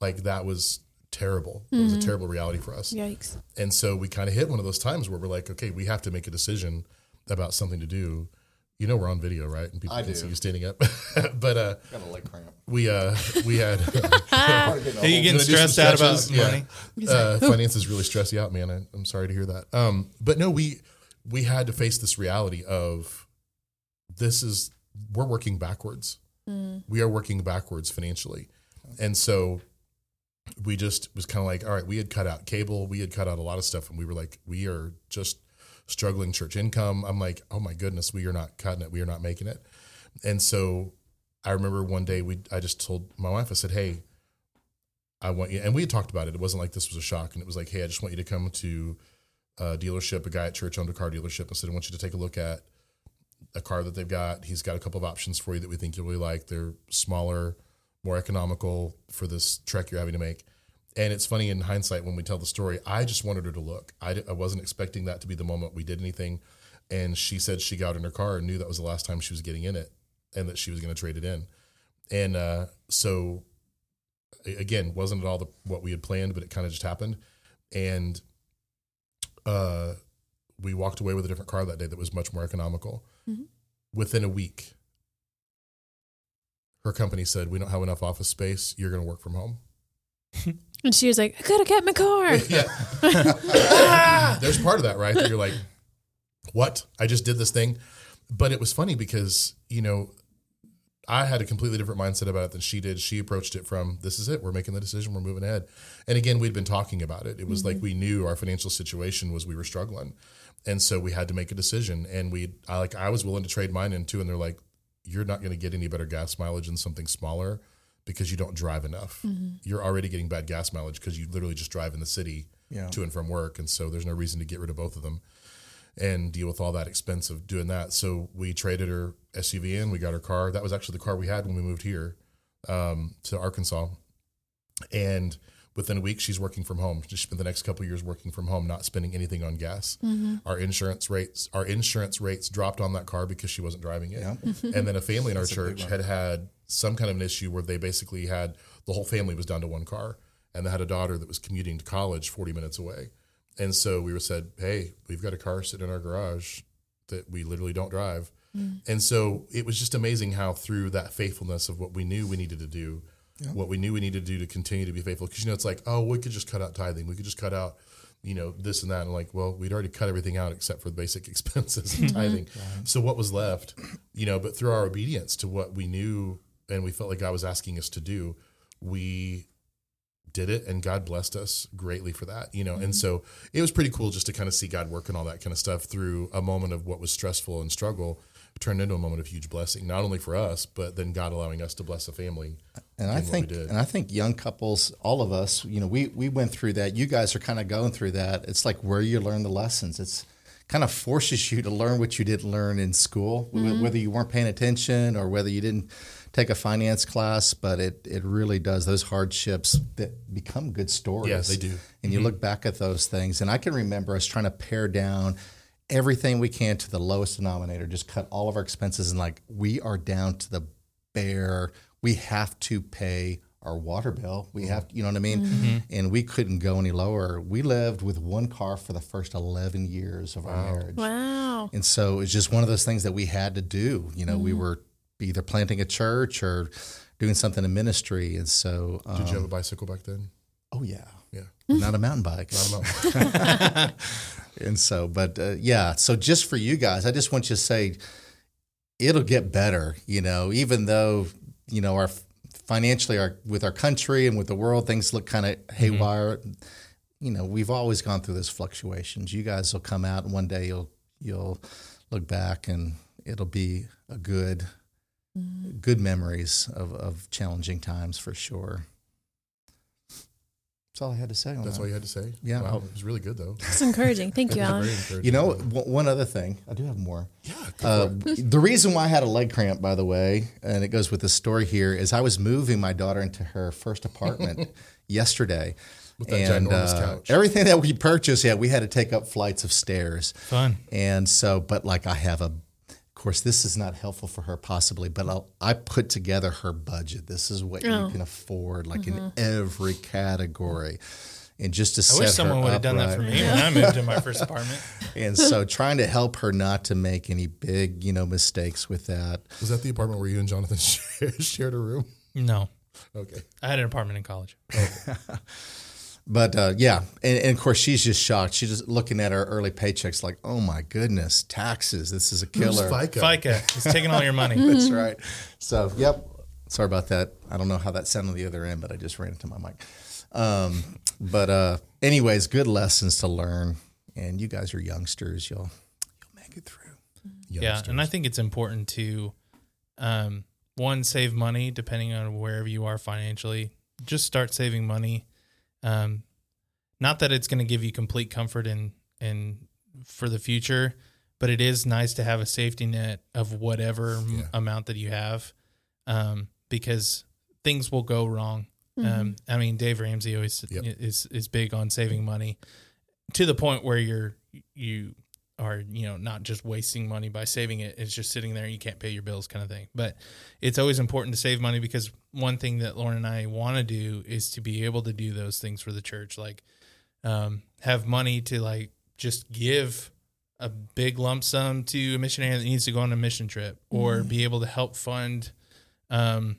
Like that was terrible. It was a terrible reality for us.
Yikes.
And so we kind of hit one of those times where we're like, okay, we have to make a decision about something to do. You know, we're on video, right? And people
I
can
do.
see you standing up. but uh,
Got a leg cramp.
we uh, we had
are you getting
Gonna do some
stressed out about
stretches? Yeah.
money?
uh, finances really stress you out, man. I, I'm sorry to hear that. Um, but no, we we had to face this reality of this is we're working backwards. We are working backwards financially, and so we just was kind of like, all right, we had cut out cable, we had cut out a lot of stuff, and we were like, we are just struggling church income. I'm like, oh my goodness, we are not cutting it, we are not making it, and so. I remember one day we I just told my wife I said, "Hey, I want you, and we had talked about it. It wasn't like this was a shock, and it was like, hey, I just want you to come to a dealership. A guy at church owned a car dealership and said, I want you to take a look at a car that they've got. He's got a couple of options for you that we think you'll really like. They're smaller, more economical for this trek you're having to make. And it's funny in hindsight when we tell the story, I just wanted her to look. I, di- I wasn't expecting that to be the moment we did anything. And she said she got in her car and knew that was the last time she was getting in it and that she was going to trade it in. And uh, so again wasn't at all the, what we had planned, but it kind of just happened. And uh, we walked away with a different car that day that was much more economical. Within a week, her company said, "We don't have enough office space. You're going to work from home."
And she was like, I could have kept my car.
There's part of that, right? That you're like, what? I just did this thing. But it was funny because, you know, I had a completely different mindset about it than she did. She approached it from this is it, we're making the decision, we're moving ahead. And again, we'd been talking about it. It was like we knew our financial situation was we were struggling. And so we had to make a decision. And we I like I was willing to trade mine in too. And they're like, You're not gonna get any better gas mileage in something smaller because you don't drive enough. You're already getting bad gas mileage because you literally just drive in the city
Yeah.
to and from work. And so there's no reason to get rid of both of them and deal with all that expense of doing that. So we traded her SUV in, we got her car. That was actually the car we had when we moved here um, to Arkansas. And within a week, she's working from home. She spent the next couple of years working from home, not spending anything on gas. Our insurance rates, our insurance rates dropped on that car because she wasn't driving it. And then a family in our church had had some kind of an issue where they basically had the whole family was down to one car, and they had a daughter that was commuting to college 40 minutes away. And so we were said, hey, we've got a car sitting in our garage that we literally don't drive. And so it was just amazing how through that faithfulness of what we knew we needed to do, what we knew we needed to do to continue to be faithful. Because you know, it's like, oh, we could just cut out tithing, we could just cut out, you know, this and that. And like, well, we'd already cut everything out except for the basic expenses and tithing. So what was left, you know, but through our obedience to what we knew and we felt like God was asking us to do, we did it and God blessed us greatly for that, you know.
Mm-hmm.
And so it was pretty cool just to kind of see God work and all that kind of stuff through a moment of what was stressful and struggle turned into a moment of huge blessing, not only for us, but then God allowing us to bless a family.
And I
and what we
think,
did.
and I think young couples, all of us, you know, we we went through that. You guys are kind of going through that. It's like where you learn the lessons. It's kind of forces you to learn what you didn't learn in school, wh- whether you weren't paying attention or whether you didn't take a finance class. But it it really does those hardships that become good stories.
Yeah, they do.
And you look back at those things, and I can remember us trying to pare down. Everything we can to the lowest denominator, just cut all of our expenses, and like we are down to the bare we have to pay our water bill we have you know what i mean and we couldn't go any lower we lived with one car for the first 11 years of our marriage
Wow.
and so it's just one of those things that we had to do you know we were either planting a church or doing something in ministry and so um,
Did you have a bicycle back then?
oh yeah
Yeah.
not a mountain bike and so but uh, yeah so just for you guys i just want you to say it'll get better you know even though you know our financially our with our country and with the world things look kind of haywire you know we've always gone through those fluctuations you guys will come out and one day you'll you'll look back and it'll be a good good memories of, of challenging times for sure that's all i had to say on
That's
that.
all you had to say?
uh, Yeah.
Wow, it was really good though.
It's encouraging. Thank you, Alan.
Very encouraging.
You know, w- one other thing. I do have more. Yeah.
go
Uh, the reason why I had a leg cramp, by the way, and it goes with the story here, is I was moving my daughter into her first apartment yesterday. With
that ginormous couch.
Everything that we purchased, yeah, we had to take up flights of stairs.
Fun.
And so, but like I have a, of course, this is not helpful for her possibly, but I'll, I put together her budget. This is what you can afford, like in every category. And just to
I
set
wish
her
someone would have
up
done
right.
that for me when I moved in my first apartment.
And so trying to help her not to make any big, you know, mistakes with that.
was that the apartment where you and Jonathan shared- shared a room?
No,
Okay.
I had an apartment in college.
But uh, yeah, and, and of course she's just shocked. She's just looking at her early paychecks like, "Oh my goodness, taxes. This is a killer."
FICA.
FICA is taking all your money.
That's right. So, yep. Sorry about that. I don't know how that sounded on the other end, but I just ran into my mic. Um, but uh, anyways, good lessons to learn. And you guys are youngsters. You'll you'll make it through.
Yeah, and I think it's important to, um, one save money depending on wherever you are financially. Just start saving money. Um, not that it's going to give you complete comfort in in for the future, but it is nice to have a safety net of whatever m- amount that you have, um, because things will go wrong. Um, I mean, Dave Ramsey always
Yep.
is is big on saving money to the point where you're you are you know not just wasting money by saving it it's just sitting there and you can't pay your bills kind of thing but it's always important to save money because one thing that lauren and i want to do is to be able to do those things for the church like um, have money to like just give a big lump sum to a missionary that needs to go on a mission trip or be able to help fund um,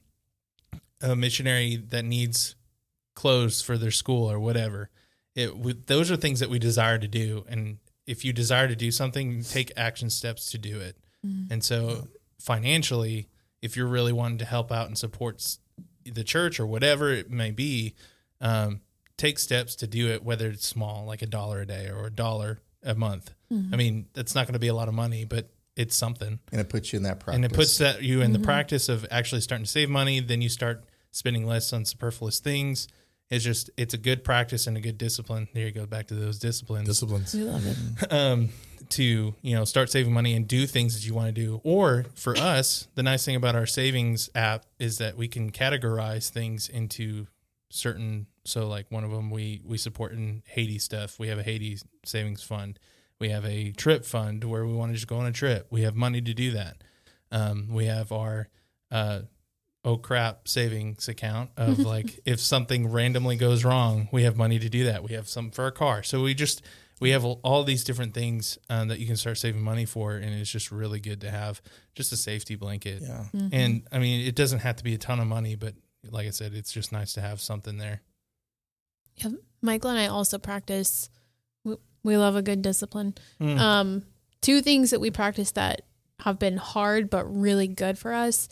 a missionary that needs clothes for their school or whatever. It we, those are things that we desire to do, and if you desire to do something, take action steps to do it. And so financially, if you're really wanting to help out and support s- the church or whatever it may be, um, take steps to do it, whether it's small, like a dollar a day or a dollar a month. I mean, that's not going to be a lot of money, but it's something.
and it puts you in that practice.
And it puts that you in the practice of actually starting to save money. Then you start spending less on superfluous things. It's just it's a good practice and a good discipline. There you go back to those disciplines
Disciplines.
We love it.
um, to you know start saving money and do things that you want to do. Or for us, the nice thing about our savings app is that we can categorize things into certain. So like one of them, we we support in Haiti stuff. We have a Haiti savings fund. We have a trip fund where we want to just go on a trip. We have money to do that. Um, we have our uh, oh crap savings account of like if something randomly goes wrong, we have money to do that. We have some for our car. So we just we have all these different things um, that you can start saving money for, and it's just really good to have just a safety blanket.
Yeah.
And I mean, it doesn't have to be a ton of money, but like I said, it's just nice to have something there.
Yeah, Michael and I also practice. We, we love a good discipline.
Mm.
Um, two things that we practice that have been hard but really good for us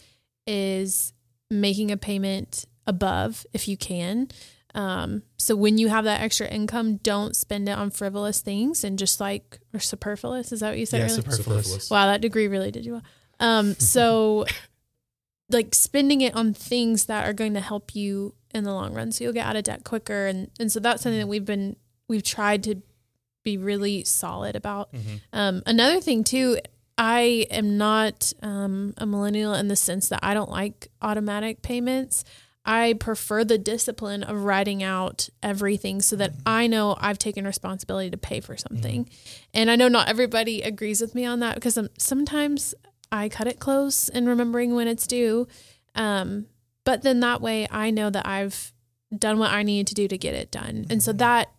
is making a payment above if you can. Um, so when you have that extra income, don't spend it on frivolous things and just like or superfluous. Is that what you said?
yeah,
earlier?
superfluous.
Wow, that degree really did you well. Um, so like spending it on things that are going to help you in the long run. So you'll get out of debt quicker and and so that's something that we've been we've tried to be really solid about. Um, another thing too, I am not um, a millennial in the sense that I don't like automatic payments. I prefer the discipline of writing out everything so that
Mm-hmm.
I know I've taken responsibility to pay for something. And I know not everybody agrees with me on that because um sometimes I cut it close and remembering when it's due. Um, but then that way I know that I've done what I needed to do to get it done. And so
Mm-hmm.
that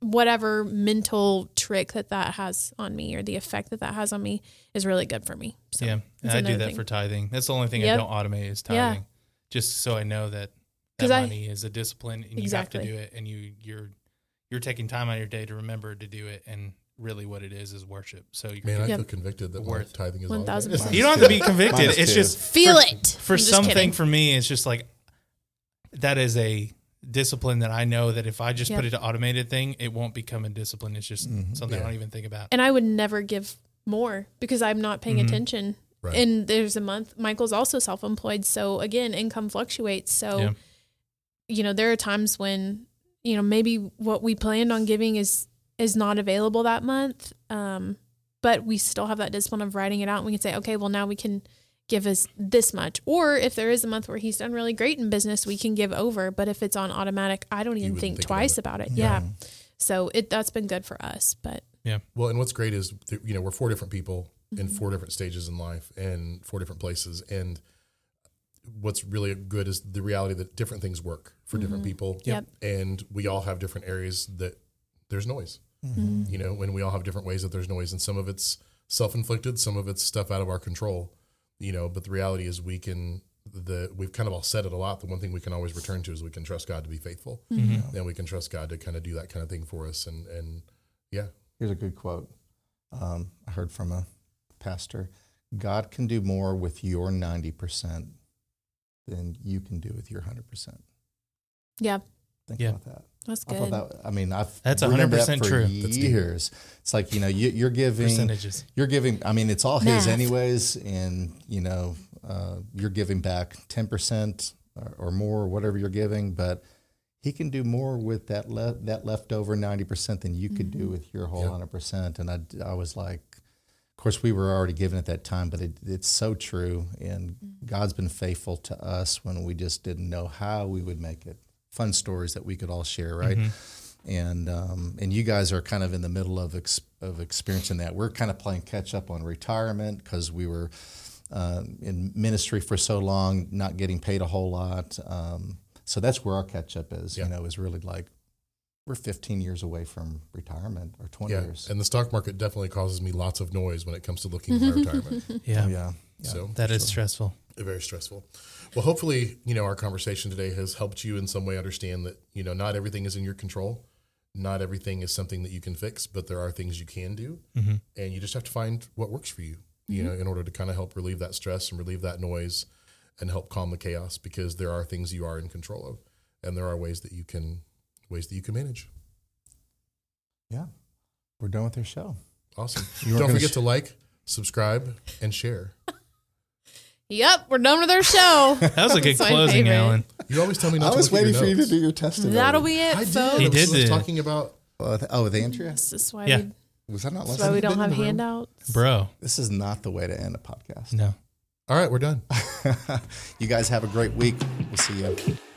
whatever mental trick that that has on me or the effect that that has on me is really good for me. So
Yeah, and
that's
I do
another
that
thing.
for tithing. That's the only thing I
Yep.
don't automate is
Yeah.
tithing, just so I know that that
'Cause I-
money is a discipline, and
Exactly.
you have to do it, and you you're you're taking time out of your day to remember to do it, and really what it is is worship. So you're
Man, I
Yep.
feel convicted that
Worth.
worth tithing is
1,000
automated.
you don't have to be convicted.
Minus
It's
two.
just
feel
for-
it
for
I'm just
something
kidding.
for me it's just like that is a discipline that i know that if i just
Yeah.
put it to automated thing it won't become a discipline it's just
Mm-hmm.
something i don't even think about
and I would never give more because I'm not paying attention.
Mm-hmm. Right.
And there's a month. Michael's also self-employed, so again, income fluctuates. So,
Yeah.
you know, there are times when you know maybe what we planned on giving is is not available that month, um, but we still have that discipline of writing it out. And we can say, okay, well now we can give us this much, or if there is a month where he's done really great in business, we can give over. But if it's on automatic, I don't even
wouldn't
think,
think about
twice
it.
about it. Yeah. So it that's been good for us, but
Well, and what's great is that, you know we're four different people in four different stages in life and four different places, and what's really good is the reality that different things work for different people.
Yep.
and we all have different areas that there's noise.
Mm-hmm.
You know, and we all have different ways that there's noise, and some of it's self-inflicted, some of it's stuff out of our control. You know, but the reality is we can the we've kind of all said it a lot. The one thing we can always return to is we can trust God to be faithful,
Mm-hmm.
Mm-hmm.
and we can trust God to kind of do that kind of thing for us, and and yeah,
Here's a good quote um, I heard from a pastor God can do more with your 90% than you can do with your 100%.
yeah,
Think
Yeah.
about that.
that's
I
good.
thought that, I mean, I've
That's
remembered that
100%
for
true. That's deep.
Years. It's like, you know, you, you're giving,
percentages
you're giving, I mean, it's all his
Math.
anyways. And, you know, uh, you're giving back 10% or, or more, or whatever you're giving, but he can do more with that, le- that leftover 90% than you could do with your whole 100%. And I, I was like, of course, we were already given at that time, but it, it's so true. And God's been faithful to us when we just didn't know how we would make it. Fun stories that we could all share, right?
Mm-hmm.
And um, and you guys are kind of in the middle of ex- of experiencing that. We're kind of playing catch up on retirement because we were uh, in ministry for so long, not getting paid a whole lot. Um, so that's where our catch up is. You know, is really like we're 15 years away from retirement or 20
yeah.
years.
And the stock market Oh, definitely causes me lots of noise when it comes to looking at my retirement.
yeah,
Oh, yeah.
So
that is stressful
Very stressful. Well, hopefully, you know, our conversation today has helped you in some way understand that, you know, not everything is in your control. Not everything is something that you can fix, but there are things you can do.
Mm-hmm.
And you just have to find what works for you, you know, in order to kind of help relieve that stress and relieve that noise and help calm the chaos because there are things you are in control of and there are ways that you can ways that you can manage.
Yeah. We're done with our show.
Awesome.
You weren't
Don't
gonna
forget
sh-
to like, subscribe, and share.
Yep, we're done with our show.
That was a good
That's my
closing,
favorite.
Alan.
You always tell me not
I
to
was
look at your
waiting for you to
notes.
do your testimony.
That'll be it,
I did.
folks.
He
I was
did it.
talking about
Oh, th- oh, with Andrea?
This is why,
Yeah.
we,
Was that not
this is why
listening?
we don't
been in
have
the room?
handouts.
Bro,
This is not the way to end a podcast.
no.
All right, we're done.
you guys have a great week. We'll see you.